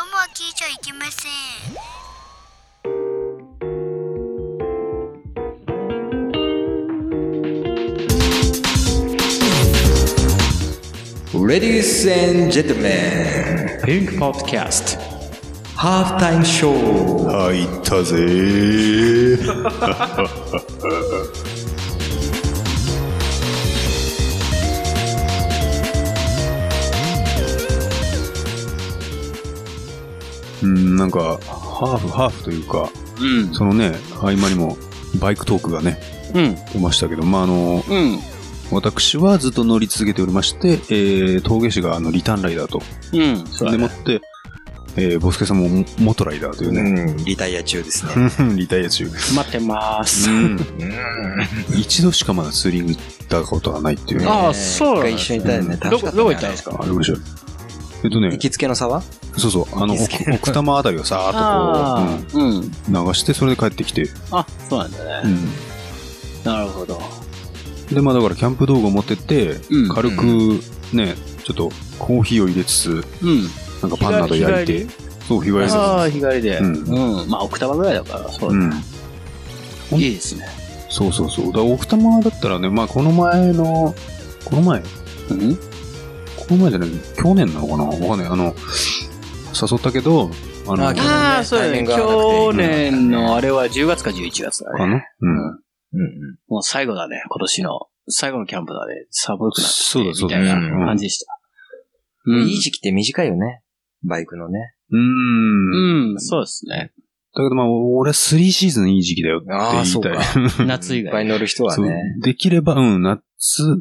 ゃいけません Ladies and gentlemen, ピンクポッドキャスト half time show. 入ったぜ ーうんなんかハーフハーフというかうんそのね合間にもバイクトークがねうん出ましたけどまああのうん私はずっと乗り続けておりまして、えー、峠市があのリターンライダーとうんでもって、えー、ボスケさんも元ライダーというね、うん、リタイア中ですね。 リタイア中待ってます一度しかまだツーリング行ったことがないっていうね。あねそう一回一緒にいたよね。どこどこ行ったんですすかあれ面白い。えっとね行、きつけの沢そうそう、あの、行奥きつけ奥多摩あたりをさーっとこあうん、うん、う、うん流して、それで帰ってきて、あそうなんだねなるほどで、まあだからキャンプ道具を持ってってうん、軽くね、ちょっとコーヒーを入れつつ、うんなんかパンなど焼い日帰りて、そう、日帰りです。ああ日帰りでううんん、まあ奥多摩ぐらいだからそうう、ん。うんいいですねそうそうそう。だから奥多摩だったらね、まあこの前の、この前うんこの前じゃない去年なのかなわかんない。あの、誘ったけど、あの、あ去年ああそうだタイミンねグ合わなくて去年のあれは10月か11月だかねなうん。うん。もう最後だね今年の最後のキャンプだね寒くなってそうだそうだ。みたいうんな感じでしたういい時期って短いよね。バイクのね。うーん。だうん、そうですね。けどまあ、俺は3シーズンいい時期だよって言いあたあい。そうか夏以いっぱい外。乗る人はそうね。できれば、うん、夏、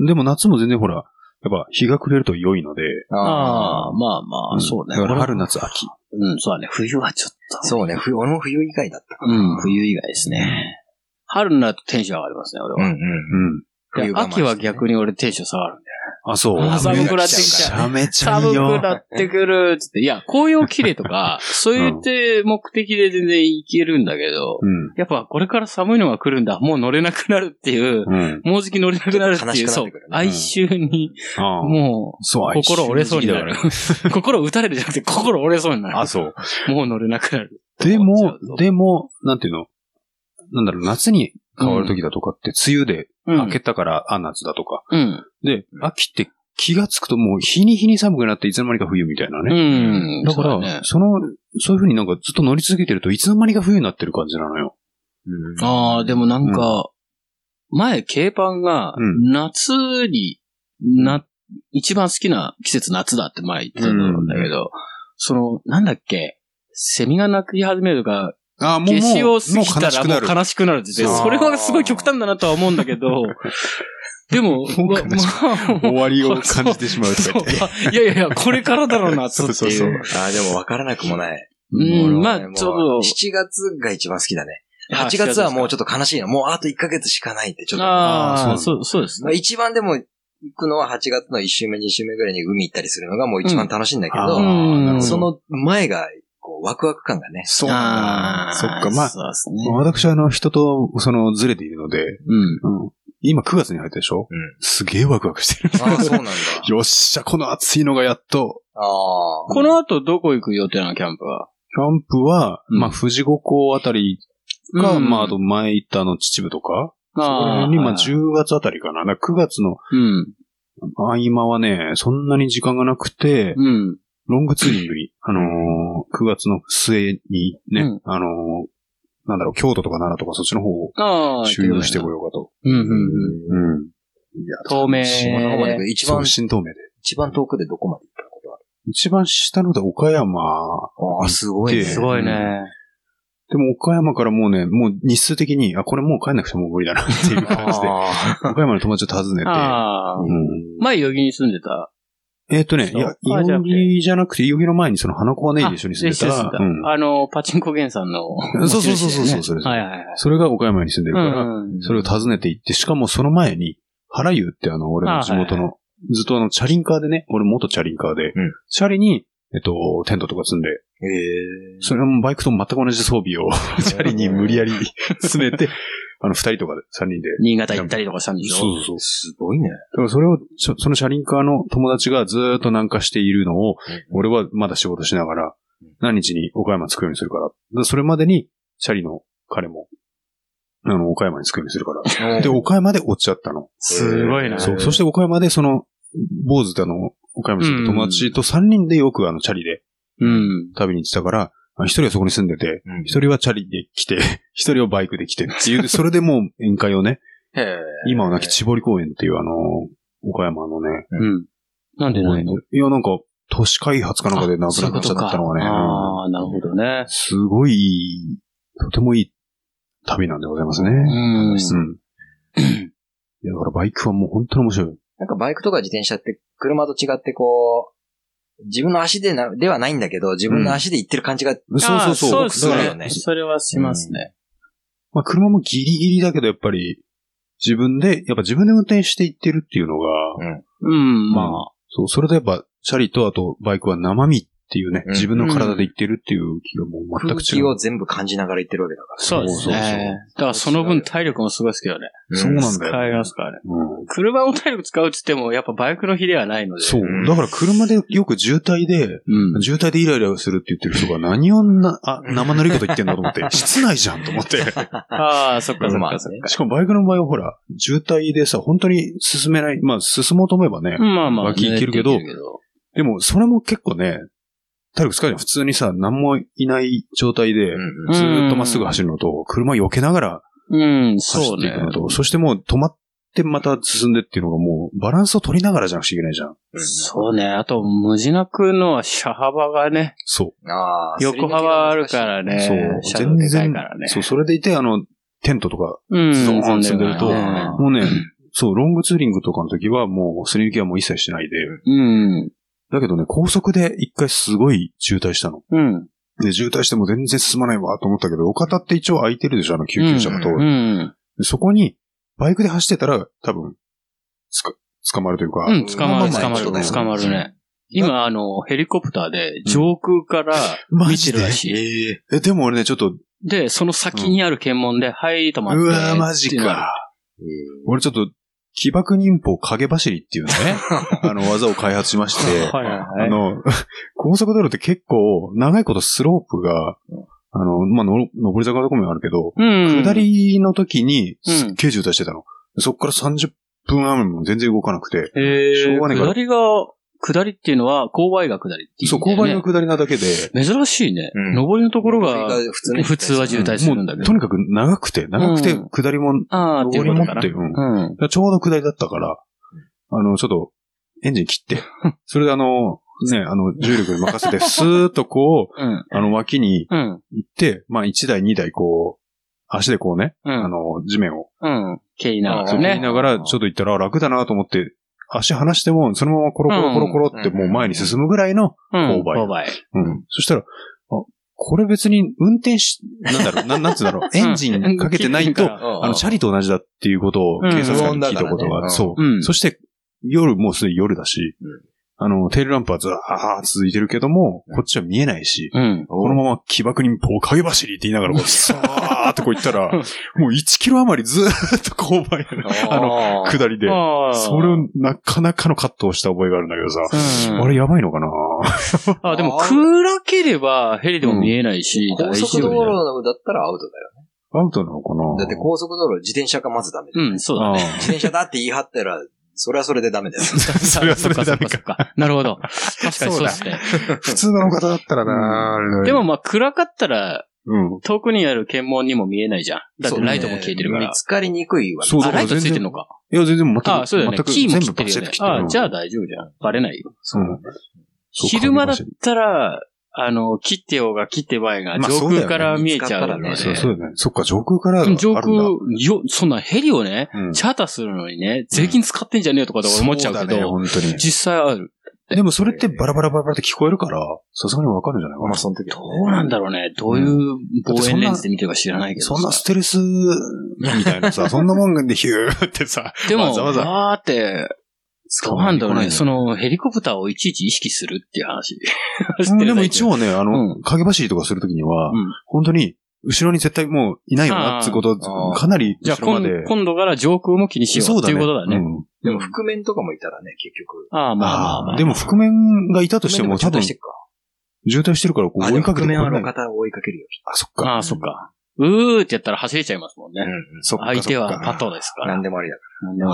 でも夏も全然ほら、やっぱ日が暮れると良いので、ああ、あ。まあまんあ、そうね。だから春、俺も夏、秋。うん、そうだね。冬はちょっと。そうね。冬俺も冬以外だったかうん、冬以外ですね。春になるとテンション上がりますね、ら。俺うんは。うん。うん。冬で我慢して秋は逆に俺テンション下がるんだよ。あ、そう。あめ寒くなってきちちゃゃめちゃい寒いくよ。なってくる、つって。いや、紅葉綺麗と か、そういって目的で全然いけるんだけど、うん。やっぱこれから寒いのが来るんだ。もう乗れなくなるっていう、うん。もうじき乗れなくなるっていちょっう、と悲しくなそっうてくるね。哀愁に、ああ。もう、そう、哀愁心折れそうになのる時。心打たれるじゃなくて、心折れそうにだなるから。あ、 そう。もう乗れなくなる。でちょもっと、でも、なんていうのなんだろう、夏に変わる時だとかって、梅雨でう明けたから、あ、夏だとか。うん。で、秋って気がつくともう日に日に寒くなっていつの間にか冬みたいなね。うん。だから、そ,、そうねの、そういう風になんかずっと乗り続けてるといつの間にか冬になってる感じなのよ。うんああ、でもなんか、前、軽パンがう、夏に、な、一番好きな季節夏だって前言ってたんだけど、その、なんだっけ、セミが鳴き始めるとか、ああ、も夏至を過ぎもたう悲しらくもなうる。悲しくなるって言って、そうそれはすごい極端だなとは思うんだ けど、でも、もう悲しくなるまあ終わりを感じてしまうとか言って。そうあいやいやいや、これからだろうな、夏っていう。そうそうそうあーでも分からなくもない。うん、ま俺はねもあ、ちょう7月が一番好きだね。ど。 8月はもうちょっと悲しいな。もうあと1ヶ月しかないってちょっと。ああーあ、そう、そうですまあ、ね。一番でも行くのは8月の1週目、2週目ぐらいに海行ったりするのがもう一番楽しいんだけど、うんあーその前がこうワクワク感がね。そうあなんあ、だそっか、まあ、そうですね。私はあの人とそのずれているので、うん。うん、今9月に入ったでしょうん。すげえワクワクしてる。ああ、そうなんだ。よっしゃ、この暑いのがやっと。ああ。この後どこ行く予定なの、キャンプは。キャンプは、うんまあ、富士五湖あたりが、うんまあ、あと前行ったあの、秩父とか、ああ、に、まあ、10月あたりかな。だから9月のうん。合間はね、そんなに時間がなくて、うん。ロングツーリングに、あのー、9月の末にね、うんあのー、なんだろう、京都とか奈良とかそっちの方をああ、周遊してこよようかと。う。うん、うん、うん。うん。いや、透明。島の方まで行く一一番番、新東名で。一番遠くでどこまで行ったことある一番下ので岡山。ああ、すごいね。でごいね。でも岡山からもうね、もう日数的に、あ、これもう帰んなくても無理だなっていう感じで、あ岡山の友達を訪ねて、ああ。うん前、代々木に住んでた。えっとね、いや、あ代じゃな々くて木じゃなくて、代々木の前にその花子がねいで一緒に住んでた一緒ら、うんあの、パチンコ源さんの。 そうそうそうそうそうそれそれはいはいはい。それが岡山に住んでるから、うん。それを訪ねて行って、しかもその前に、原湯ってあの、俺の地元の、ずっとあの、チャリンカーでね、俺元チャリンカーでうん、チャリに、えっと、テントとか積んで、へえ。それもバイクと全く同じ装備を、 チャリに無理やり 詰めて、あの、二人とかで、三人で。新潟行ったりとかしたんでしょそうそうそう。すごいね。だからそれを、ちょその車輪カーの友達がずーっと南下しているのを、俺はまだ仕事しながら、何日に岡山着くようにするから。でそれまでに、シャリの彼も、あの、岡山に着くようにするから。 で、岡山で追っちゃったの。すごいな。そう。そして岡山で、その、坊主であの、岡山に住む友達と3人でよくあの、チャリでうん。旅に行ってたから、あ一人はそこに住んでて、うん一人はチャリで来て、 一人はバイクで来てって いう、それでもう宴会をね、へえ今はなき千堀公園っていうあの、岡山のね、うん。なんで公ない園でのいや、なんか、都市開発かなんかでなくそなういうこっちゃとっか。たのがね、うんああ、なるほどね。すごいいい、とてもいい旅なんでございますね。うん。うん。いや、だからバイクはもう本当に面白い。なんかバイクとか自転車って車と違ってこう、自分の足でな、ではないんだけど、自分の足で行ってる感じが、そうそうそう。あーそうだでかすらね。それはしますね。まあ、車もギリギリだけど、やっぱり、自分で、やっぱ自分で運転していってるっていうのが、うん、ままあ、そう、それとやっぱ、チャリとあとバイクは生身っていうね、うん自分の体で行ってるっていう気がもう全空く気違う。を全部感じながら行ってるわけだかあ、そうですね。そうそうそうだからその分体力もすごいですけどね。ら。そうなんだよ使えますからね。うん車も体力使うって言っても、やっぱバイクの比ではないので。そううん。だから車でよく渋滞で、うん。渋滞でイライラするって言ってる人が何をな、あ、生ぬるいこと言ってんだと思って、室内じゃんと思って。ああ、そっかそっまあかねそっしかもバイクの場合はほら、渋滞でさ、本当に進めない、まあ進もうと思えばね、か。まあまあ、脇行けるけどねでもそれも結構ね、体力使うじゃん。普通にさ、何もいない状態で、うんうんずーっとまっすぐ走るのと、車避けながらうん、走そっうていねく。のと、そしてもう止まってまた進んでっていうのがもうバランスを取りながらじゃなくちゃいけないじゃん。そうね。あと、無地なくのは車幅がね、そうん。ああ、。横幅あるかららう。ね。そう。車全両でかい然から、ね。そう、それでいて、あの、テントとか、うん。ズドーン積んでると、そうだよねもうね、そう、ロングツーリングとかの時はもうすり抜きはもう一切しないで、うん。だけどね、高速で一回すごい渋滞したの。うん。で、渋滞しても全然進まないわと思ったけど、路肩って一応空いてるでしょ、あの救急車が通る。うん。でそこに、バイクで走ってたら、多分、つか、捕まるというか、うん、捕まる、まあ捕まあままある、捕まるね。今、あの、ヘリコプターで、上空からマ見ジてでるらしい。ええでも俺ね、ちょっと、で、その先にある検問で、はい、止まって。うわーマジってなる。か。俺ちょっと、起爆忍法影走り っていうね、あの技を開発しまして、はいはいはいあの、 高速道路って結構、長いことスロープが、あの、まあの、上り坂とかもあるけど、うん。下りの時に、うんすっげえ渋滞してたの。そっから30分雨も全然動かなくて、えー、しょうがないから下りが、下りっていうのは、勾配が下りっていう、そう、勾配の下りなだけで、り。珍しいね。うん上りのところが、普通の普通は渋滞するんだもうけど。とにかく長くて、長くて、うん下りも、ああ、ってい上うりもことかっなて、。うん。うん。ちょうど下りだったから、あの、ちょっと、エンジン切って、 それであの、ね、あの、重力に任 せて、スーッとこうん。う、あの、脇にうん。行って、まあ、1台、2台、こう、足でこうね、うあん。の、地面を、うん。蹴りながら蹴りね。ながら、ちょっと行ったら、あ楽だなと思って、足離しても、そのままコロコロコロコロって、うんもう前に進むぐらいの、うん。勾配勾配。うん。そしたら、あ、これ別に運転し、なんだろう、ななんつうんだろう、エンジンかけてないと、あの、チャリと同じだっていうことをうん警察官に聞いたことがあうんる。そうう。んそして、夜、もうすでに夜だしうん、あの、テールランプはずらーっと続いてるけども、こっちは見えないし、うん。このまま起爆忍法影走りって言いながら、こう、さーってこう行ったら、もう1キロ余りずーっと勾配、あの、の下 りで。ああ。それをなかなかのカットをした覚えがあるんだけどさ、うんあれやばいのかなあ、でも暗ければヘリでも見えないし、高大丈速道夫だよ。路だったらアウトだよ。アウトなのかなだって高速道路、自転車がまずダメだよ。うん、そうだ あね。あ自転車だって言い張ったら、それはそれでダメ だよ。それはそれでダメかそっかそっかそっか。なるほど。確かにそうですね。普通の方だったらな、あれでも、まあ暗かったら、うん。遠くにある検問にも見えないじゃん。だってそうねライトも消えてるから見。つかりにくいわけ。そうあ、だかラらイトついてるのか。いや、全然全く。あそうだよね。全くキーも切っ全部てバるシよッとね切。ってるあじゃあ大丈夫じゃん。バレないよ。うんそう昼間だったら、あの、切ってようが切ってばいが、まあ上そうだよね空から見えちゃうの見でつそうそうだよね。そっか、上空からあるんだ。上空、よ、そんなヘリをね、うんチャーターするのにね、税金使ってんじゃねえよとかとか思っちゃうけそだね、ど、本当に。実際ある。でもそれってバラバラバラバラって聞こえるから、さすがにわかるんじゃないかまなあ、。その時はね。どうなんだろうね。どういう望遠レンズで見てるか知らないけどさ。そんなステルスみたいなさ、そんなもんでヒューってさ、でも、わざわざ。わーって、どうなんだろうね。その、ヘリコプターをいちいち意識するっていう話。 うんでも一応ね、あうの、影走りとかするときにはうん、本当に、後ろに絶対もういないよなってことあ、ーかなりじゃあ後ろま今で。今度から上空も気にしようっていうことだね。うんでも、覆面とかもいたらね、結局。ああ、まあまあまあああ、でも覆面がいたとしても覆面で多分ちゃんとしてっか渋滞してるからこうあ、追でいかも、クけてこメれアのない。方を追いかけるよ。あ、そっか。ああ、そっか。うーってやったら走れちゃいますもんね。そっか。相手そっはかパトですかならん。でもありだか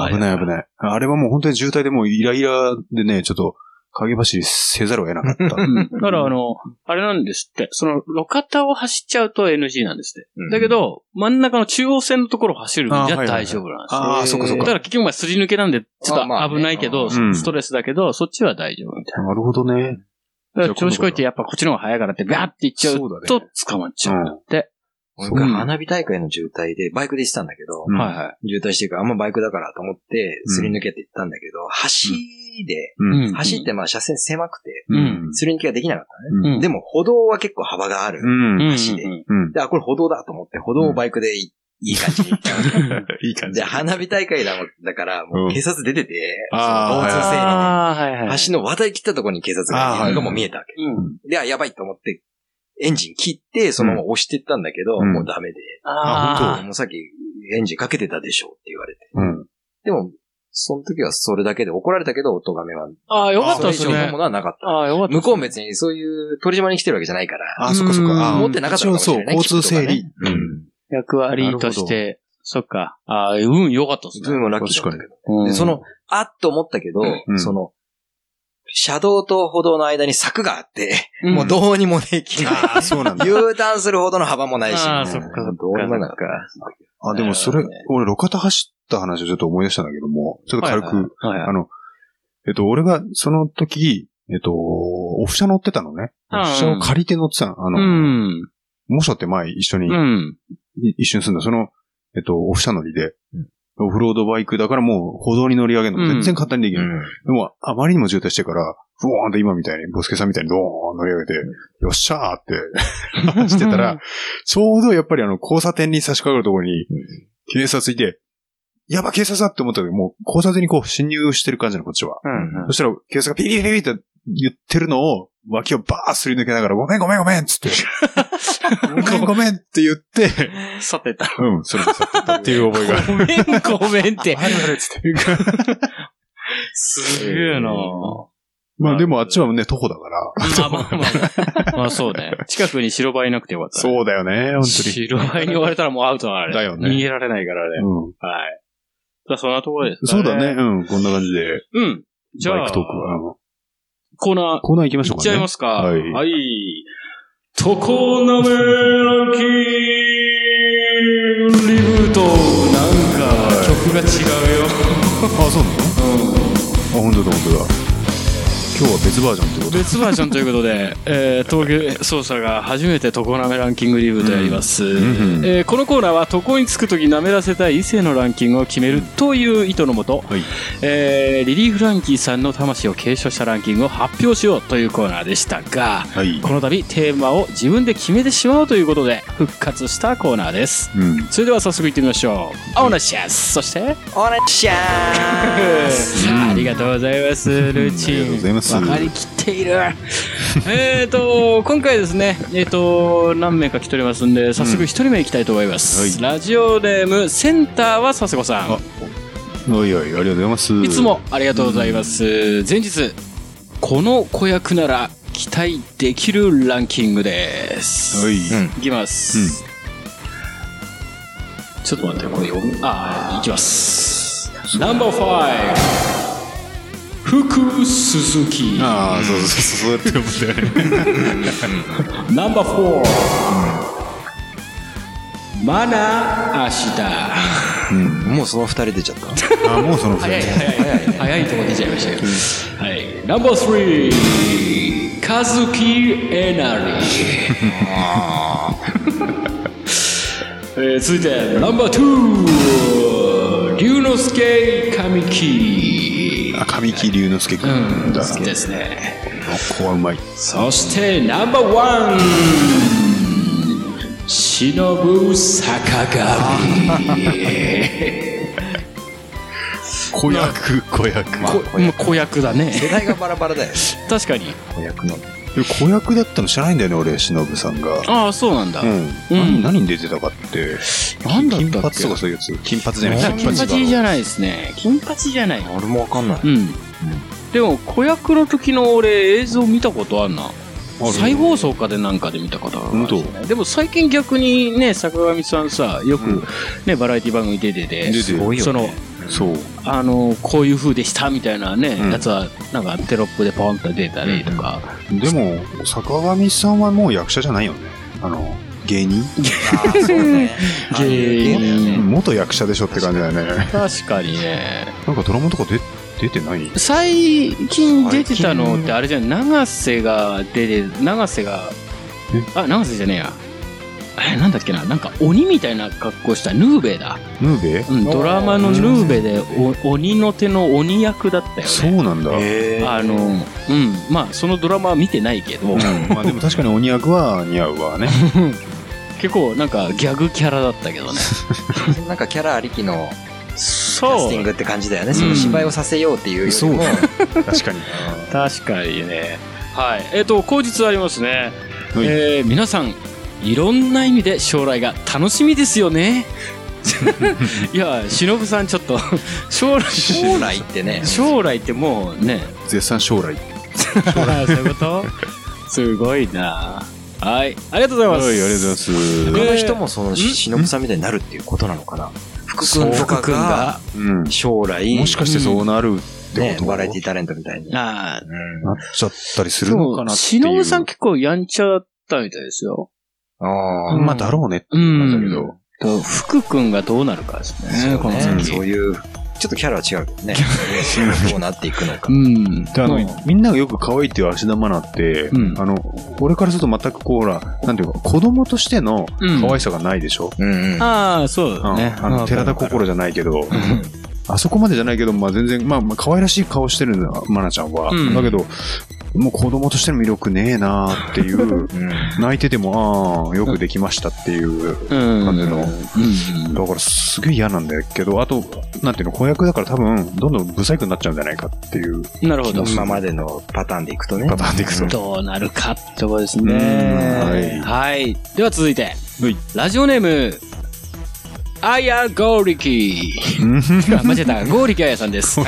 危ない危ない。あれはもう本当に渋滞でもうイライラでね、ちょっと影走りせざるを得なか った。うんだからあの、あれなんですって、その、路肩を走っちゃうと NG なんですって。ら。だけ、ど、真ん中の中央線のところを走る分じゃあはいはいはい大丈夫なんですよ。ああ、そっかそっだかか。ら結局まあすり抜けなんで、ちょあっまあとね危ないけど、うんストレスだけど、そっちは大丈夫みたいな。なるほどね。だから調子こいてやっぱこっちの方が早いからって、ビャーって行っちゃうそうだねと捕まっちゃう。俺が花火大会の渋滞で、バイクで行ってたんだけど、うんはいはい。渋滞してるからあんまバイクだからと思って、うんすり抜けて行ったんだけど、橋で、うん。うん。橋ってまあ車線狭くて、うんすり抜けができなかったのね。うんでも歩道は結構幅がある。うん。うん。走れうんうんうん。で、あ、これ歩道だと思って、歩道をバイクでいいい感じに行ったの。 いい感で、花火大会だもんだから、もう警察出てて、そのあー交通整理に。ああ、はいはい。橋の渡り切ったところに警察がいあーはるいのがもう見えたわけ。うんで、あ、やばいと思って、エンジン切って、そのまま押してったんだけど、うんもうダメで、ああもうさっきエンジンかけてたでしょって言われて。うん。でも、その時はそれだけで怒られたけど、音がめは。あ、ああ、よかったそれで以す上のねも。のはなかった。ああ、よかった。向こうも別にそういう鳥島に来てるわけじゃないから、あ、そっかそっうんか。あ持ってなかったのかもしれない一応そう、交通整切理符。うん。役割として、そっか。ああ、うん、よかったですズーね。ムラッキーだったけど。うでんそ、の、あっと思ったけど、うんその、車道と歩道の間に柵があって、んもうどうにもできない。ああ、そうなんだ。 U ターンするほどの幅もないし。あーそっかそっかどうにもなかった。あ、でもそれ、俺、路肩走った話をちょっと思い出したんだけども、ちょっと軽はいはいく、はいはいあの、えっと、俺がその時、えっと、オフ車乗ってたのね。うんオフ車を借りて乗ってたの。あうの、ん。モショって前一緒にうん。い一緒に住んだ、その、えっと、オフ車乗りで、オフロードバイクだからもう歩道に乗り上げるのうん全然簡単にできうない。んでも、あまりにも渋滞してから、ふわーんと今みたいに、ボスケさんみたいにドーン乗り上げて、よっしゃーって走ってたら、ちょうどやっぱりあの、交差点に差し掛かるところに、警察いて、やば、警察だって思ったけど、もう交差点にこう侵入してる感じなの、こっちは。うんそしたら、警察がピリピリピリって言ってるのを、脇をバーッすり抜けながら、ごめんごめんごめんっ つって、ごめんごめんって言って、さてた。うん、それで去ってったっていう覚え が。 ごめん、ごめんって。あれあれっつって。すげえなまあでもあっちはね、徒歩だから。まあまあまあ。 まあそうね。近くに白バイいなくてよかった。う。そうだよね、本当に。白バイに追われたらもうアウトなのあれ。だよね逃げられないからね。うんはい。じゃあそんなところですかそうだね、。うん、こんな感じで。うん。じゃあバイクトークは。うんコーナーコーナー行きましょいうっかちね。ゃいますか。はいい。とこなめランキングリブートなんか曲が違うよ。あ、そうなのうん。あ、本当だ、本当だ。今日は別バージョンってこと別バージョンということで、えー、東京捜査が初めてとこなめランキングリブートやります。んうんえーこのコーナーは床につくとき舐めらせたい異性のランキングを決めるという意図のもと、はい。えーリリー・フランキーさんの魂を継承したランキングを発表しようというコーナーでしたが、はい。この度テーマを自分で決めてしまうということで復活したコーナーですうん。それでは早速いってみましょうオーナーシャスそしてお願いします。ありがとうございますルーチンありがとうございます分かりきっているえっと今回ですねえっ、と何名か来ておりますんで早速一人目いきたいと思います、ラジオネームセンターは佐世子さんあ、おいおい、ありがとうございます。いつ。もありがとうございます。前日、この子役なら期待できるランキングです。はいうんいきます。ちょっと待って、これ読む。あー、いきます。ナンバーファイブ。福鈴木。ああ、そうそうそう、そうやって思 ったよね。ナンバーフォー。マナ・アシダ。もうその二人出ちゃった。あ、もうその二早い人。早い早いとこ出ちゃいましたけど、はいナンバースリーカズキエナリ えー続いてナンバーツー龍之介神木あ、神木隆之介くんだ。こですねこはうまい。そしてナンバーワン忍ぶ坂 上子役、子役。こ もう子役だね世代がバラバラだよ。確かに子役の。で子役だったの知らないんだよね、俺、忍さんが。ああそうなんだ、うん。うん何何に出てたかって。なんだったっけ金髪とかそういうやつ。金髪じゃない。金八じゃゃないですね。金八じゃない。俺もわかんない。うん。でも、子役の時の俺、映像見たことあんな。る再放送かでなんかで見た方があるんですよね本でも最近逆にね、坂上さんさ、よくね、バラエティ番組出てて、出てるごいよねその、そう。あの、こういう風でしたみたいなね、うんやつは、なんかテロップでポンと出たりとか、でも、坂上さんはもう役者じゃないよね。あの、芸人あーそうね。ああいう芸芸だよ人ね。元役者でしょって感じだよね。確かにね、なんかドラマとか出出てない最近出てたのってあれじゃん、長瀬が出て、長瀬がえ、あ、長瀬じゃねえや。え、なんだっけな、なんか鬼みたいな格好したヌーベだ。ヌーベうん、ドラマのヌーベでお鬼の手の鬼役だったよそね。うなんだ。へーあの、うん、まあそのドラマは見てないけど、まあでも確かに鬼役は似合う わね。結構なんかギャグキャラだったけどね。なんかキャラありきのキャスそティンう。グって感じだよね。その芝居をさせようっていうよりも、確かに。確かにね。はい。えっ、と、後日ありますね。はいえー皆さん、いろんな意味で将来が楽しみですよね。いや、しのぶさんちょっと、将来、将来ってね。将来ってもうね、絶賛将来。そういうこと すごいなはい。ありがとうございます。す。う他えの人もそのん忍さんみたいになるっていうことなのかな福君とか福君ががん。将来、もしかしてそうなるってねこと、バラエティタレントみたいに。あなあ、っちゃったりすでるのかも、なっていしう。のぶさん結構やんちゃだったみたいですよ。あうあんまあだろうねってうなんだん。けど。と福君がどうなるかですね、このそうね先。そういう、ちょっとキャラは違うけどね。どうなっていくのかう。ん。であのうんみんながよく可愛いっていう芦田愛菜って、うんあの、俺からすると全くこうほら、なんていうか、子供としてのうん可愛さがないでしょ、うんうん。ああ、そううんだね。あの、寺田心じゃないけど、あそこまでじゃないけど、まあ全然、まあ、まあ可愛らしい顔してるんだ、愛菜ちゃんは。うんだけど、もう子供としての魅力ねえなーって いう、うん泣いてても、ああ、よくできましたっていう感感じのうん。だからすげえ嫌なんだけど、あと、なんていうの、子役だから多分、どんどんブサイクになっちゃうんじゃないかっていうなるほど。今までのパターンでいくとね。パターンでいくと。どうなるかってとこですね。うんはい。では続いてはい、ラジオネーム、あやゴーリキ うんあ間違えた。ゴーリキあやさんです。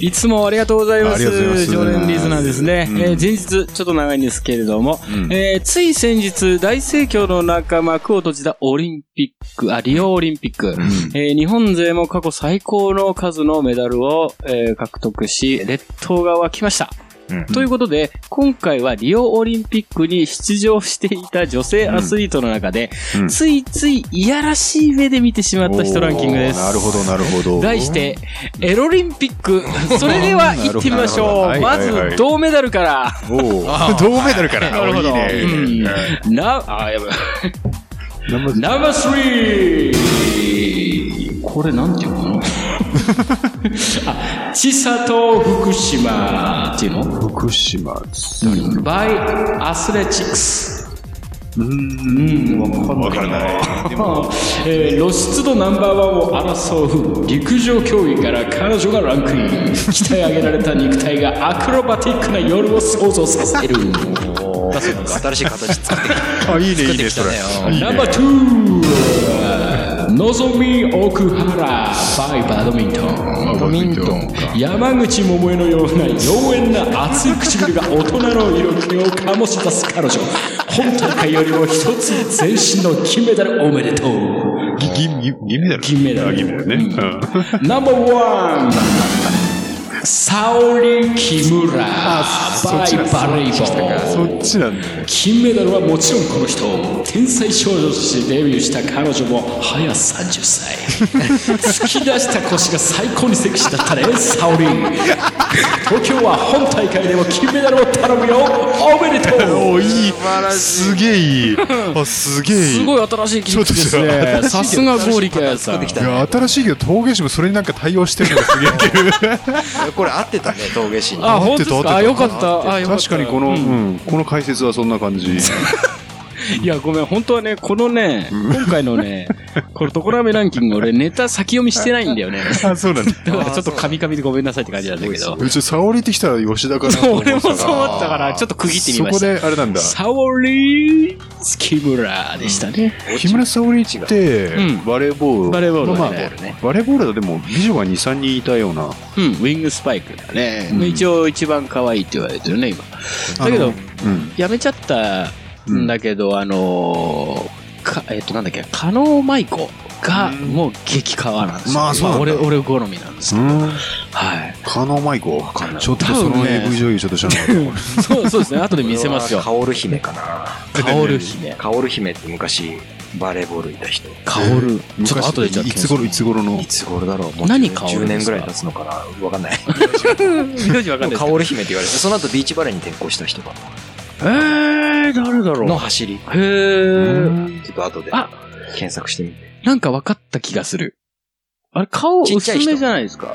いつもありがとうございます。ありがとうございます常連リズナーですね。うんえー前日、ちょっと長いんですけれども、えーつい先日、大盛況の中幕を閉じたオリンピック、あ、リオオリンピック。えー日本勢も過去最高の数のメダルを、えー獲得し、列島が沸きました。うんということで、今回はリオオリンピックに出場していた女性アスリートの中で、うんついついいやらしい目で見てしまった人ランキングです。おーなるほど、なるほど。題して、エロリンピック。それでは行ってみましょなう。るほどはいはまいはず、い銅メダルから。おー、銅メダル から。なるほどいいねいいねな、あ、やばい。ナンバーズナンバースリーこれなんていう のあ、ちさと福島っていうの福島です。バイアスレチックス。う。うんん、わわかかんらない。ない。でも、えー露出度ナンバーワンを争う陸上競技から彼女がランクイン鍛え上げられた肉体がアクロバティックな夜を想像させるおー新しい形作ってきあ、いいね、いいね、そ作ってれき。ナンバー2のぞみ奥原 by バドミントンた。ミントンか。山口百恵のような妖艶な熱い唇が大人の色気を醸し出す彼女本大会よりも一つ全身の金メダルおめでとうぎ銀、銀銀メダル。銀メダルあ銀メダルね。うんナンバーワンサオリ・キムラバイ・バレーボールそっちなんだね。金メダルはもちろんこの人天才少女としてデビューした彼女も早30歳突き出した腰が最高にセクシーだったねサオリン東京は本大会でも金メダルを頼むよおめでとうおーいい。すげえいい。あ、すげえいい。いい新しい技術ですねさすがゴーリケヤさんや、新しいけど、陶芸師もそれになんか対応してるのがすげえけど。これ合ってたね、陶芸師に。あ当本当でですすかかああよよかかっったあよかった確かにこの、うん、この解説はそんな感じ。いやごめん本当はねこのね今回のねこれ、ところめランキング、俺、ネタ先読みしてないんだよね。あ、そうなんだ。だ から、ちょっと噛み噛みでごめんなさいって感じなんだけど。うち、沙織ってきたら吉田かなと思って た俺もから。そう思ったから、ちょっと区切ってみましそた。こで、あれなんだ。サオリー、木村でしたね。木村沙織ってうん、バレーボール。バレーボールまあだまあね。バレーボールだでも、美女が2、3人いたような。うん、ウィングスパイクだね。うん一応、一番可愛いって言われてるね、今。だけあどの、、うん。やめちゃったんだけど、あのーか、えっと、なんだっけ、加納舞子が、うんもう激カワなんですよ。まあそうなんだ俺、俺好みなんですけど。うん。はい。加納舞子。納ちょっとそ多分のね AV 女優ちょっと知らなかった。そうそうですね、 後で見せますよ。カオル姫かな。カオル姫。カオル姫って昔、バレーボールいた人。カオル。ちょっと昔後でじゃあいつ頃、いつ頃のい。つ頃だろうもう何薫ですか ?10 年ぐらい経つのかなわかんない。名字わかんないです カオル姫って言われて、その後ビーチバレーに転向した人が。えー、誰だろのう。走り。へー。ちょっと後であ検索してみて。なんか分かった気がする。あれ、顔ちっちゃ薄い人めじゃないですか。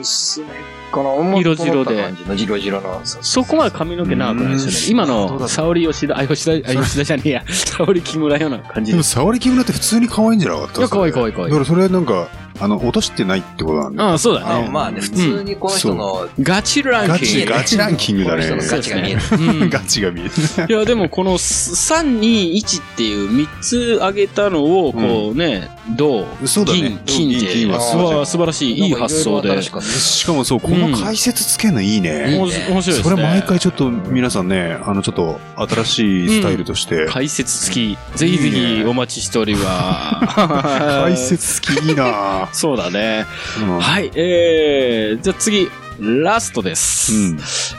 娘この色白で感じの色白の。そこまで髪の毛長くないですよね。今どうだろの、う沙織吉田、あ、吉田、あ吉田じゃねえや。沙織木村ような感じででも、す。沙織木村って普通に可愛いんじゃなかったいや、可愛い可愛い可愛だいか。らそれなんか、あの、落としてないってことなんだうん、そうだあね。まあね、普通にこの人の、ガチランガキチ、ング。ガチランキングだね。この人のガチそうですが見えねる。う んガチが見え る。いや、でもこの3、2、1っていう3つ上げたのを、こうね、銅、そうだね金、。金銀で、銀はう素晴らわし素晴らしい、いい発想で。なんか色々新面しかったい。しかもそう、この解説つけるのいいね。面白いですね。それ毎回ちょっと皆さんね、あのちょっと新しいスタイルとして。解説付き、ぜひぜいいひねお待ちしております。解。説好きいいなぁ そうだね。うんはい、えー、じゃあ次、ラストです。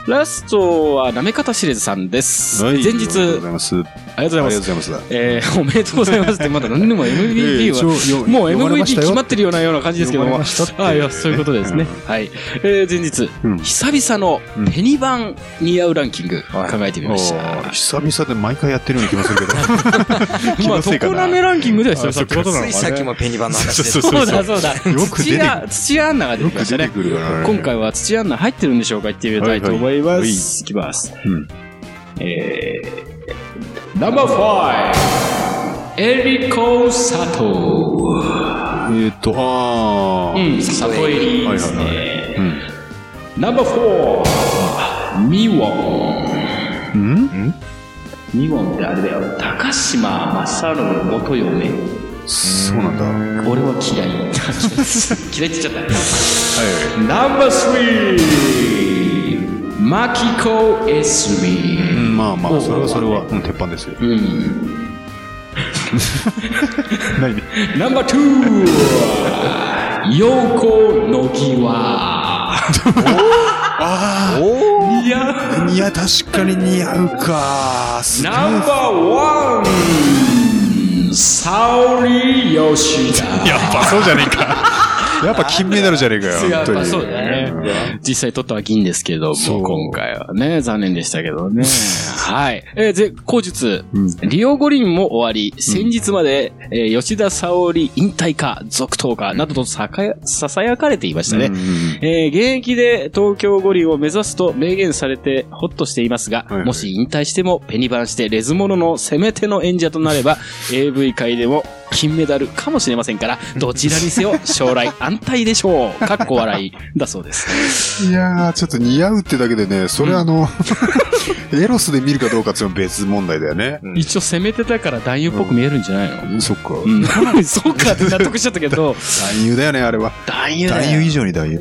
ラストは、なめかたしれずさんです。はい前ありがとう日ござ、います。ありがとうご。ざいありがとうございますます。えー、おめでとうございますって、まだ何でも MVP は、はもう MVP 決まっててるようなような感じですけども。あいや、そういうことですね。はい。えー、前日、うん久々のうんペニバン似合うランキング、はい考えてみました。久々で毎回やってるような気もするけど。 気まあ、のトせいかコなナメランキングでは久々ってことなのつかいな。さっきもペニバンの話です。そうだ、そうだ。よく土出て屋、土屋アンナが出よてきまくした出てね。くるからね。今回は土屋アンナ入ってるんでしょうか言ってみたいと思います。はいはいいきます。うんえー、ナンバー5、エリコ・サトえーっと、あウ。うー。ん、サトエリですはいはね。うんナンバー4、ミオン。うんミオンってあれだよ高島正信の元嫁そうなんだ。はい俺は嫌い嫌いって言っち ゃったナンバー3マキコエスうミんまあまあ、それはそれは、うん鉄板ですよ。うん何ナンバー2ヨコノギワあいやあ、いや、確かに似合う か。すげえナンバーワンサオリヨシダやっぱそうじゃねえか。 やっぱ金メダルじゃねえかよ。 やっ本当ぱにそうだね。実際取ったは銀ですけどそも、う今回はね、残念でしたけど ね。はい。えー、ぜ、後日、うんリオ五輪も終わり、先日まで、えー吉田沙織引退か、続投か、などとさかや、ささやかれていましたね。うんえー現役で東京五輪を目指すと明言されてホッとしていますが、はいはいもし引退してもペニバンしてレズモノの攻め手の演者となれ ば、AV 界でも金メダルかもしれません から、どちらにせよ将来安泰でしょう。かっこ笑いだそうです。いやー、ちょっと似合うってだけでね、それあの、 エロスで見るかどうかっていうのは別問題だよね。うん 一応攻め手だから男優っぽく見えるんじゃないの、そっか。うん、 そうかって納得しちゃったけ男ど、優だよね、あれは。男優男だ優よ。以上に男優。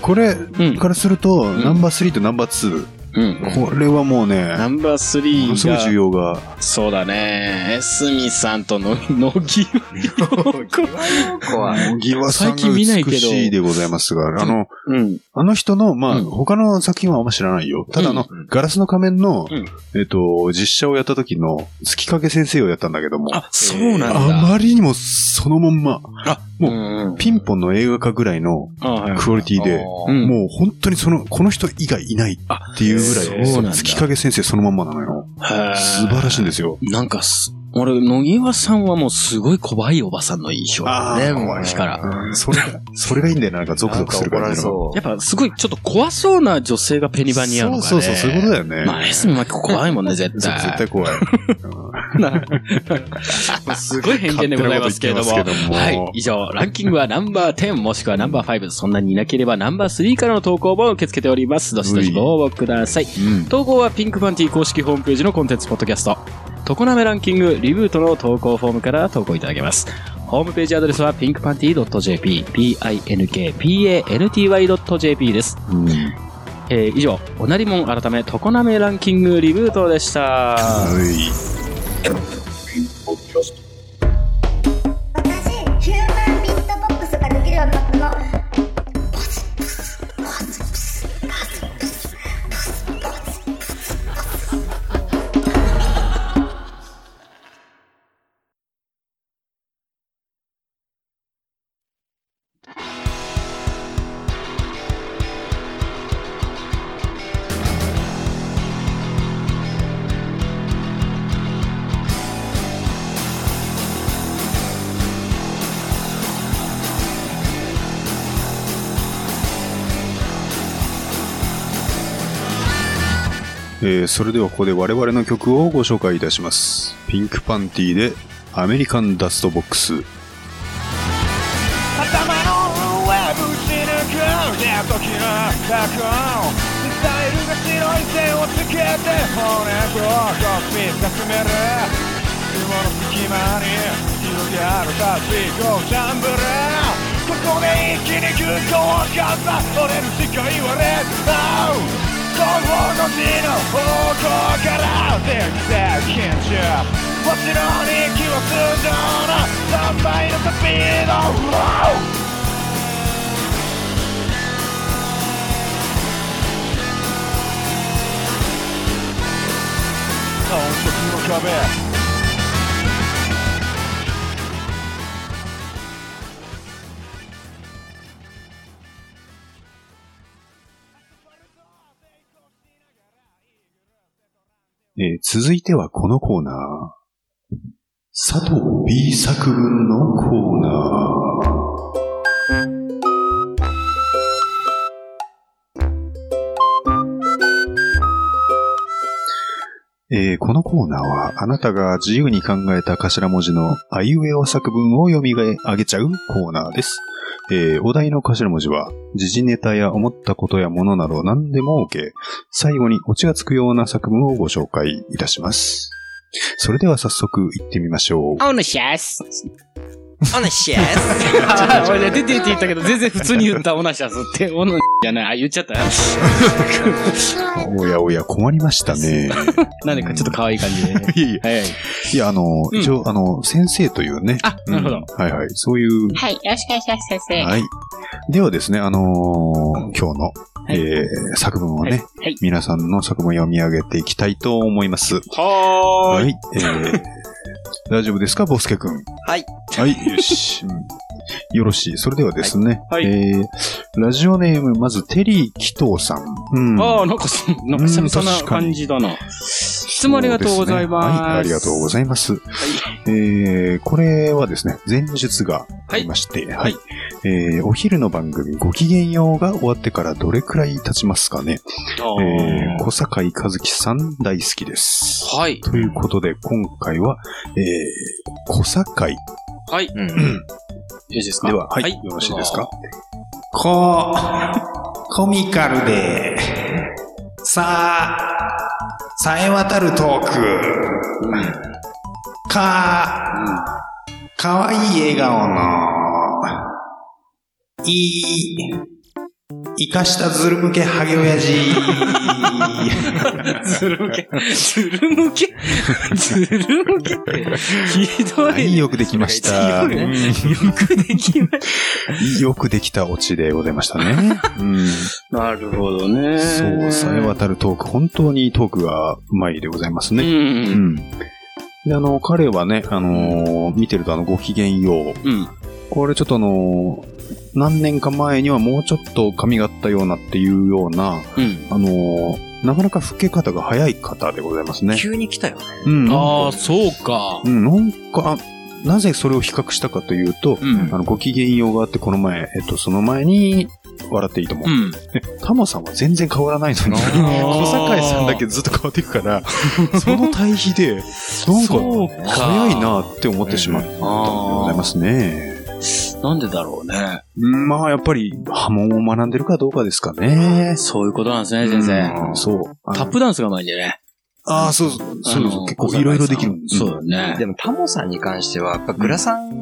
これうんからすると、んナンバー3とナンバーうん。 2。これはもうね、ナンバースリものすーごいが重要が。そうだね。エスミさんとの、のぎ怖い。小際さん最近が見ないけど美しいでございますが、あの、うん。あの人の、まあ、うん他の作品はあんま知らないよ。ただあの、うんうんガラスの仮面の、うんえっ、と、実写をやった時の、月影先生をやったんだけども、ああ、そうなんだ。まりにもそのまんま、もううんうんピンポンの映画化ぐらいのあはいはいクオリティで、うんもう本当にその、この人以外いないっていうぐらい、あそうなんだ月影先生そのまんまなのよ。へー素晴らしいんですよ。なんかす、俺、野際さんはもうすごい小ばいおばさんの印象だあね、ーもう怖い昔から。うんそれが、それがいいんだよな、なんかゾクなゾんクかする怒ら感れじの。そやっぱすごいちょっと怖そうな女性がペニバに合うのかね。そうそうそう、そういうことだよね。まあ、エスミマキコ怖いもんね、絶そう絶対対。怖い。うんまあすごい偏見でございますけれども。勝手なこと言ってますはけどもい。以上、ランキングはナンバー10もしくはナンバー5、そんなにいなければナンバー3からの投稿も受け付けております。どしどしご応募ください。うん。投稿はピンクパンティ公式ホームページのコンテンツポッドキャスト。トコナメランキングリブートの投稿フォームから投稿いただけます。ホームページアドレスは pinkpanty.jp、p-i-n-k-p-a-n-t-y.jp です。えー以上、おなりもん改めトコナメランキングリブートでした。はい。私ヒューマンビットボックスができるようになったのえーそれではここで我々の曲をご紹介いたしますピンクパンティでアメリカンダストボックス頭の上ぶち抜くや時の過去ミサイルが白い線をつけて骨と腰進める雲の隙間に広がるパチゴーシャンブルここで一気に空港をかさ俺の誓いはレッド東方の地の方向から全然緊張わしの息は通常の3倍のスピード Wow! 音色の壁えー続いてはこのコーナー。佐藤 B 作文のコーナー。えーこのコーナーは、あなたが自由に考えた頭文字のあいうえお作文を読み上げちゃうコーナーです。えーお題の頭文字は、時事ネタや思ったことやものなど何でも OK。最後にオチがつくような作文をご紹介いたします。それでは早速行ってみましょう。おのしゃす。おねしやす。あ ー、俺 ね、出てって言ったけど、全然普通に言ったオナシャス って、オナじゃない。あ、言っちゃった。おやおや、困りましたね。なんでかちょっと可愛い感じで。いやいや、 はいはい。いや、あの、うん一応、あの、先生というね。あ、なるほど。うんはいはい。そういう。はい、よろしくお願いします、先生。はい。ではですね、あのー今日の、いえー作文をね、はいはい皆さんの作文を読み上げていきたいと思います。ははーい。い。えー 大丈夫ですか、ボスケ君。はい。はい、よし。うんよろしい。それではですね、はいはいえーラジオネーム、まず、テリー・キトーさん。うんああ、なんかそ、なんか久々な感じだな。質問ありがとうございます。そうでねはい、ありがとうございます。えーこれはですね、前述がありまして、はい。えーお昼の番組、ごきげんようが終わってからどれくらい経ちますかね。えー小坂井和樹さん大好きです。はい。ということで、今回は、えー小坂井はい。うん。よろしいですかでは、はい、はいよろしいですかこ、コミカルで、さあ、さえ渡るトーク、か、かわいい笑顔の、いい、生かしたズル向けハゲオヤジ。ずるむけ。ずるむけずるむけひどはい、い。よくできました。強いねよくできましうんよくできたオチでございましたね。うんた。なるほどね。そう、さえ渡るトーク、本当にトークがうまいでございますう。ね。うんん。で、あの、彼はね、あのー見てるとあの、ご機嫌よう。うん。これちょっとあのー何年か前にはもうちょっと髪があったようなっていうような、うん。あのーなかなか老け方が早い方でございますね。急に来たよね。うん。ああ、そうかう。ん、なんか、なぜそれを比較したかというと、うん。あの、ご機嫌ようがあって、この前、えっと、その前に、笑っていいと思う。ん。タモさんは全然変わらないのに、小堺さんだけずっと変わっていく から、その対比で、なんか、そうか早いなって思ってしまったんでございますね。なんでだろうね。うんまあ、やっぱり、波紋を学んでるかどうかですかね。そういうことなんですね、先生。うんそう。タップダンスがうまいんだよね。ああ、そうそう。そうあそうの結構いろいろできる。そうだよね。でも、タモさんに関しては、やっぱグラさん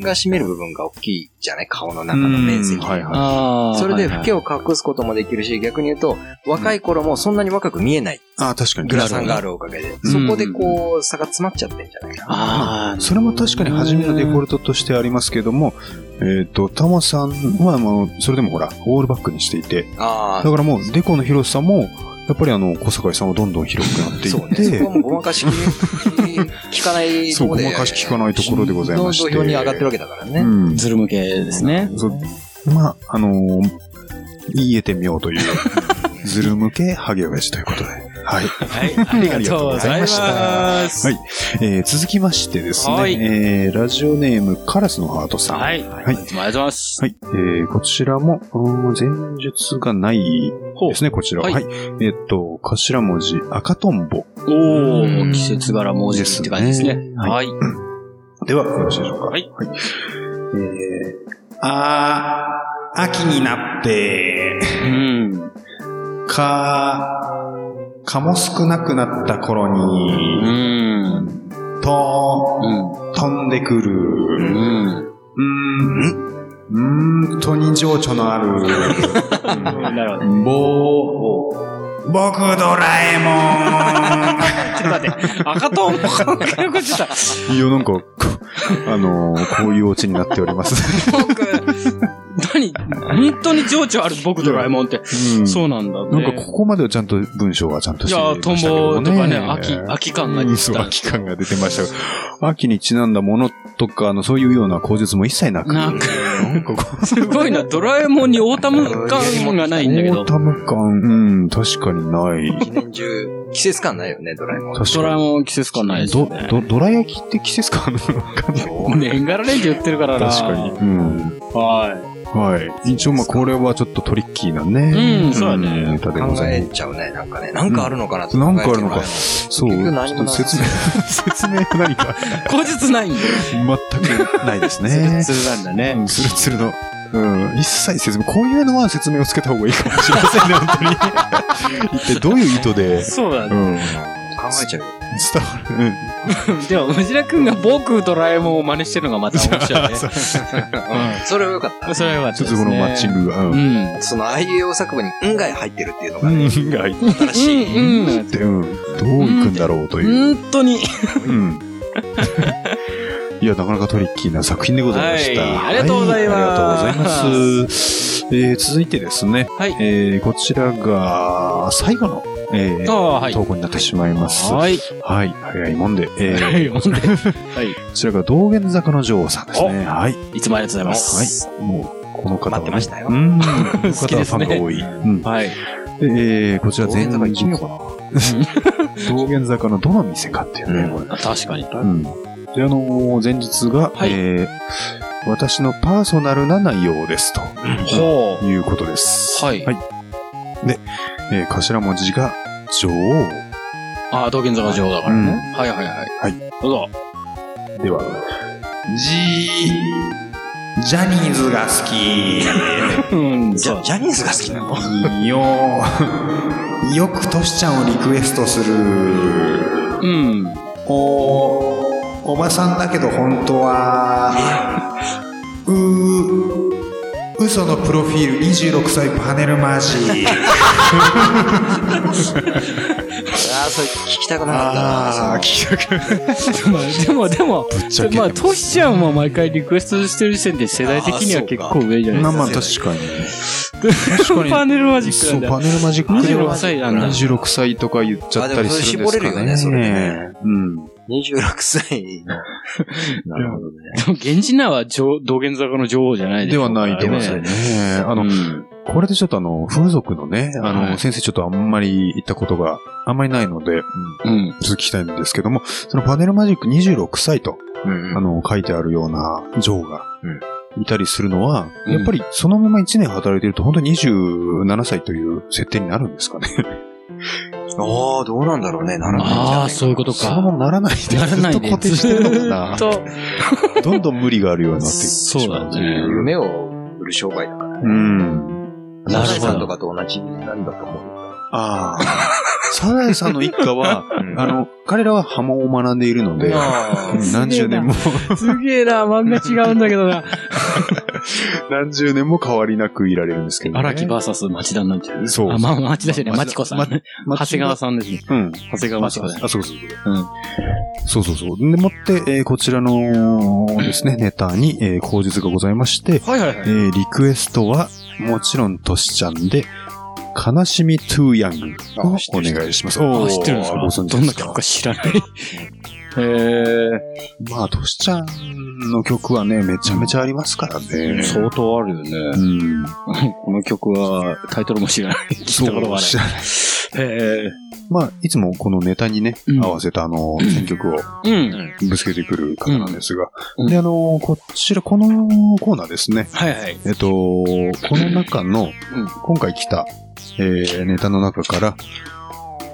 が占める部分が大きいじゃない顔の中の面積。うんはいはいあーそれで、はいは老いけを隠すこともできるし、逆に言うと、若い頃もそんなに若く見えないああ、確かに。グラさんがあるおかげで、んそこでこう、差が詰まっちゃってんじゃないかな。ああ、それも確かに初めのデフォルトとしてありますけども、えっ、と、タモさんは、まあ、それでもほら、オールバックにしていて、あだからもう、デコの広さも、やっぱりあの、小堺さんはどんどん広くなっていそうっね。そこはて、もうごまかし 聞かないとそう、こごろで。まかし聞かないところでございまして。土俵に上がってるわけだからね。うん。ズル向けですね。そうまあ、あのー言えてみようという、ズル向け、ハゲオヤジということで。はい。はい、ありがとうございましたすはいえー続きましてですはね、いえーラジオネーム、カラスのハートさん。はい。はいいつもありがとうございます。はい。えー、こちらも、うーん前述がないほうですね、こちらは。ははいい。えっと、頭文字、赤とんぼうおんー、季節柄文字って感じですねです。ねはい。では、よろしいでしょうか。はい。あー、秋になって、うん。か、蚊も少なくなった頃うに、ん。と、うん。飛んでくうる、ん。うーん、うーんとに情緒のある、 なるほど。ぼー、僕ドラえもん。 ちょっと待って、赤とんぼかよくちょっと、いや、なんか、こあのーこういうオチになっております。 僕、何本当に情緒ある僕ドラえもんって。うんそうなんだね。なんか、ここまではちゃんと文章がちゃんといしてやまー、トンしたけどボもとね。かね、秋、秋感がう出んてそうた。秋感が出てましたが秋にちなんだものとか、あの、そういうような口述も一切なく。ななんんか、かこすごいな、ドラえもんにオータム感がなう、いんだけオーど。タム感、うん、確かにない。一年中、季節感ないよね、ドラえもん。確ドラえかもん季節感ないに。ですどよね、。ど、どら焼きって季節感あるのかな年がらレンジ売ってるからな。確かに。。うん。ははい。一応、まあ、これはちょっとトリッキーなね。うんそうだねネタでご考ざいえます。ちゃうね、なんかね。なんかあるのかなとな考んえかてあもるのか。そう。ち結ょ局何っもなとい説明、説明何かい。後日ないんだよ。全くない ですね。ツルなんだうね。ん、ツルツルの。うん、一切説明、こういうのは説明をつけた方がいいかもしれませんね、本当に。一体どういう意図で、そうだうね。ん、伝考えちゃうよ。わる、うん、でも、藤田くんが僕ドラえもんを真似してるのがまた面白い ね。それはよかった。それはよかったちょでっすとね。このマッチングが、う、うんん。その、あいうえお作文に、うんがい入ってるっていうのうがね、ん、が入っ新しい。うん、うん。て、うん、どういくんだろうという。本当に。うん。いや、なかなかトリッキーな作品でございました。はいありがとうございますはいありがとうございます。えー続いてですね、はいえーこちらが最後の、えーああ、はい。投稿になってしまいます。はい、はい。早いもんで、えーはいほんではい。こちらが道玄坂の女王さんですね。はい。 いつもありがとうございます。はい。もう、この方はね待ってましたよ うん。この好方きではフすァねンが多い。うん。はい。でえーこちら道全玄坂行ってみようか道玄坂のどの店かっていうね、うんこれ。あ確かに。うん。で、あのー前日が、はいえー私のパーソナルな内容です、とほいうことです。はいで、えー頭文字が、女王。う。ああ、道玄坂女王だからね。はいはいはい。はいどうぞ。では、じ、ジャニーズが好き。うん、ジじゃャジャニーズが好きなのよ、 よくトシちゃんをリクエストする。うん。お、おばさんだけど本当は、う、嘘のプロフィール26歳パネルマジ。ああ、それ聞きたくなかったな。あー、そ企画。まあ、でも、でも、ぶっちゃけ。まあ、トシちゃんは毎回リクエストしてる時点で世代的には結構上じゃないまであすまかあ、。確かに。確かに。パネルマジックそなう、んだよ。パネルマジックで26は歳なんだ。 26歳とか言っちゃったりするんですかあでもそれ絞れね。るよねそれねうん。う26歳 の。なるほどね。源氏名は上道玄坂の女王じゃないでしでょはうからないと思いますねね。あの、うんこれでちょっとあの、風俗のね、あの、はい先生ちょっとあんまり行ったことがあんまりないので、うんうん。ちょっと聞きたいんですけども、そのパネルマジック26歳と、うんあの、書いてあるような女王が、うんいたりするのは、うんやっぱりそのまま1年働いてると本当に27歳という設定になるんですかね。ああ、どうなんだろうね。ならないんじゃないああ、そういうことそのか。ままならないで、ならないずっとで、固定してるの かと。な。どんどん無理があるようになってそうだね。夢を売る商売だから。うん。なるほどサザエさんとかと同じなんだと思う。ああ。 サザエさんの一家は、うんあの、彼らは波紋を学んでいるので、 あうん何十年も、すげえな、漫画違うんだけどな。何十年も変わりなくいられるんですけど、ね。荒木バーサス町田になんていう。そうあ、まあ、町田じゃない、ま町子さん。ま長谷川さんですね。うん。長谷川町子さん。あ、そうそうそう。そうそうそう。でもって、えーこちらのです ね、ネタに、えー口述がございまして、はいはいはえ。ーリクエストは、もちろん、としちゃんで、悲しみトゥーヤングをお願いします。おあ、ー知ってるんですかご存知どんでなす曲かか知ら ない。へまあ、としちゃんの曲はね、めちゃめちゃありますからね。相当あるようね。ん。この曲は、タイトルも知らない。聞いたことがそう知らない。ない。へまあ、いつもこのネタにね、うん合わせたあの、選曲をえ。うん。ぶつけてくる方なんですが。うんで、あの、こちら、このコーナーですね。はいはい。えっと、この中の、今回来た、えーネタの中から、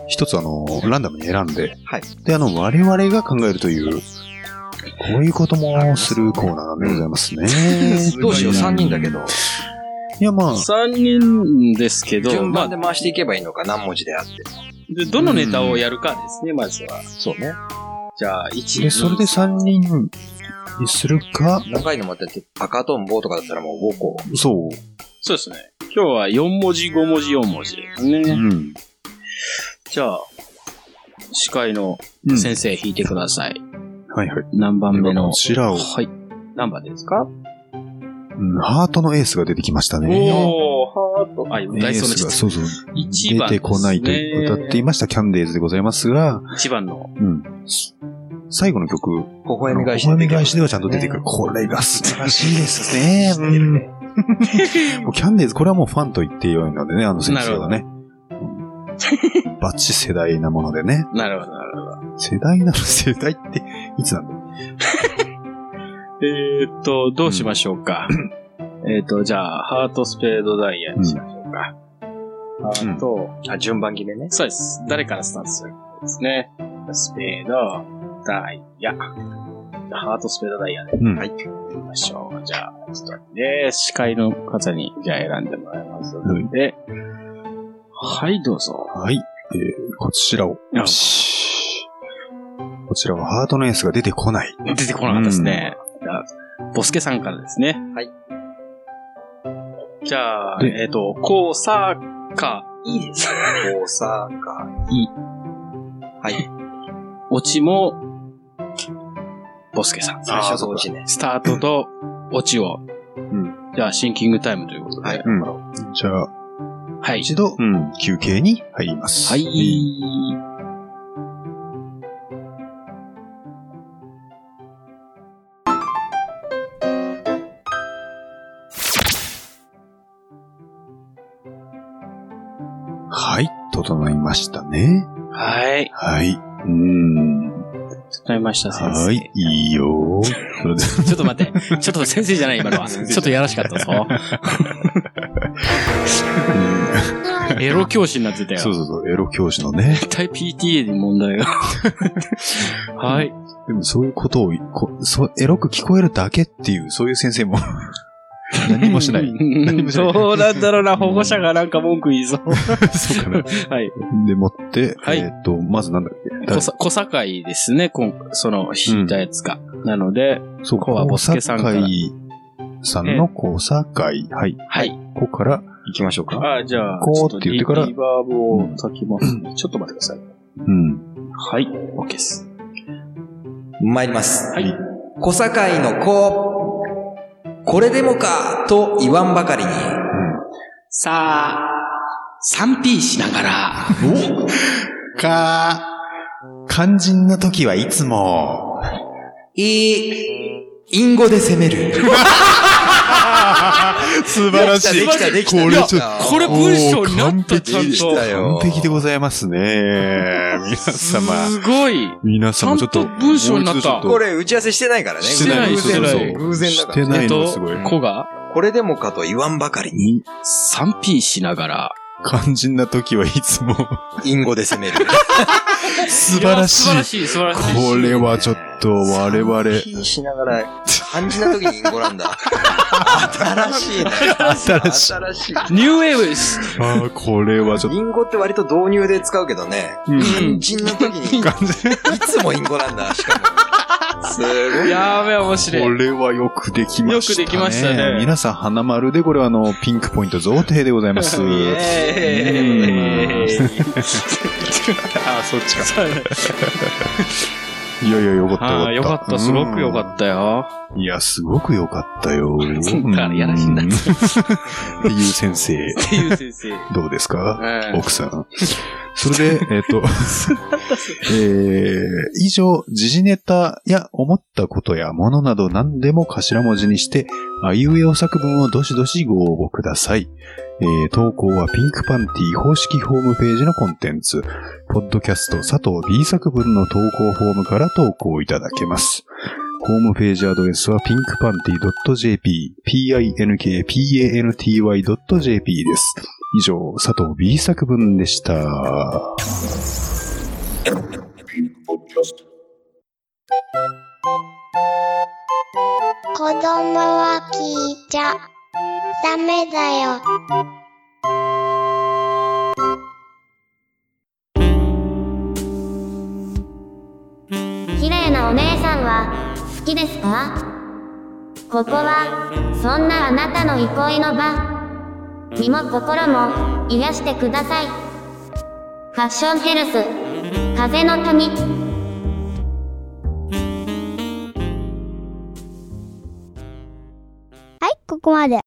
一つあの、ランダムに選んで、はいで、あの、我々が考えるという、こういうこともするコーナーなんでございますね。どうしよう、3人だけど。いや、まあ、 3人ですけど、順まあ番、で回していけばいいのか、何文字であって。でどのネタをやるかですね、まずは。そうね。じゃあ、1、で、それで3人にするか、長いのもあって、赤とんぼとかだったらもう5個。そう。そうですね。今日は4文字、5文字、4文字ですうね。ん。じゃあ、司会のうん先生引いてください。はいはい。何番目のこ。ちらを、はい。何番ですかうんハートのエースが出てきましたね。おー、ハート。あ、今、エーダイソーのスが、質そうそう、一出番てこないと歌っていましたキャンデーズでございますが、 1番の。うん。最後の曲、微笑み返しおで出て見くる返しではちゃんと出てくる。これが素晴らしいですね。うん。もうキャンディーズ、これはもうファンと言ってよいのでね、あの先生は ね。うんバッチ世代なものでね。なるほど、なるほど。世代なの世代って、いつなんだえーっと、どうしましょうか。 えーっと、じゃあ、ハート、スペード、ダイヤにしましょうか。ハート、あ、順番決めね。そうです。誰からスタートするかですね。スペード、ダイヤ。ハートスペードダイヤで。うんはい。行きましょう。じゃあ、一人で、司会の方に、じゃあ選んでもらいますので。はい、どうぞ。はい。えー、こちらを。うんよしこちらはハートのエースが出てこない。出てこなかったですね。じゃあ、ボスケさんからですね。はい。じゃあ、でえっ、と、こう、さ、か、いいです。大阪、い。はい。オチも、ボスケさん。最初と落ちね。スタートとオチを。じゃあ、シンキングタイムということで。はい。うんじゃあ、はい。一度、うん休憩に入ります。はい。はい。整いましたね。はい。はい。うん。整いました、先生。はい、いいよー。それでちょっと待って。ちょっと先生じゃない、今のは。ちょっとやらしかったぞ。エロ教師になってたよ。そうそうそう、エロ教師のね。絶対 PTA に問題が。はい。でもそういうことをこそう、エロく聞こえるだけっていう、そういう先 生も、何もしない。何もしないどうなんだろうな、保護者がなんか文句言いそう。そうかな。はい。でもって、はいえーっ、と、まずなんだっけ。小さ小堺ですね、今回その、引いたやつが。なので、そうこはボスケさんから小堺さんの小堺、はい。はい。ここから、行きましょうか。あ、じゃあ、こうって言ってからちょとリバーブを炊きますね。ちょっと待ってください。うん。はい。OK です。参ります。はい。小堺の子、これでもか、と言わんばかりに、さあ、3P しながら。 か肝心な時はいつも、いい、インゴで攻める。素晴らしい。できたできたこれできちょっとたこれ文章になった、ちゃんできたと。よ。完璧でございますね。皆す様。ごい。皆様ちょっと。ちゃんと文章になったもう一度ちょとこれ打ち合わせしてないからね。してない偶そう然そうだそう偶然だかしてら。なえいっのとすごい。、子がこれでもかと言わんばかりに、 3P しながら。肝心な時はいつも隠語で攻める。素晴らしいや素晴ら。しい、素晴らしい。これはちょっと我々、気にしながら、感じな時に隠語なんだ。新しいね。新しい。新しい。ニューウェーブです。ああ、これはちょっ隠語って割と導入で使うけどね。うん肝心な時に、と感いじ。つも隠語なんだ、しかも。すごい。やべえ、面白こい。れはよくできましたね。よくできましたね皆さん、花丸で、これはあの、ピンクポイント贈呈でござい ます。えうんあ、そっちか。いやいや、よかったよかっあた。あ、よかった、すごくよかったよ。た。いや、すごくよかったよ。 そんなやらしいんだうんっていう先生、っていう先生。どうですかうん奥さん。それで、えっと、えー、以上、時事ネタや思ったことやものなど何でも頭文字にして、あいうえお作文をどしどしご応募ください。えー投稿はピンクパンティ公式ホームページのコンテンツ、ポッドキャスト佐藤 B 作文の投稿フォームから投稿いただけます。ホームページアドレスはピンクパンティ .jp、pinkpanty.jp です。以上、佐藤 B 作文でした。子供は聞いちゃダメだよ綺麗なお姉さんは好きですかここはそんなあなたの憩いの場身も心も癒してくださいファッションヘルス風の谷はいここまで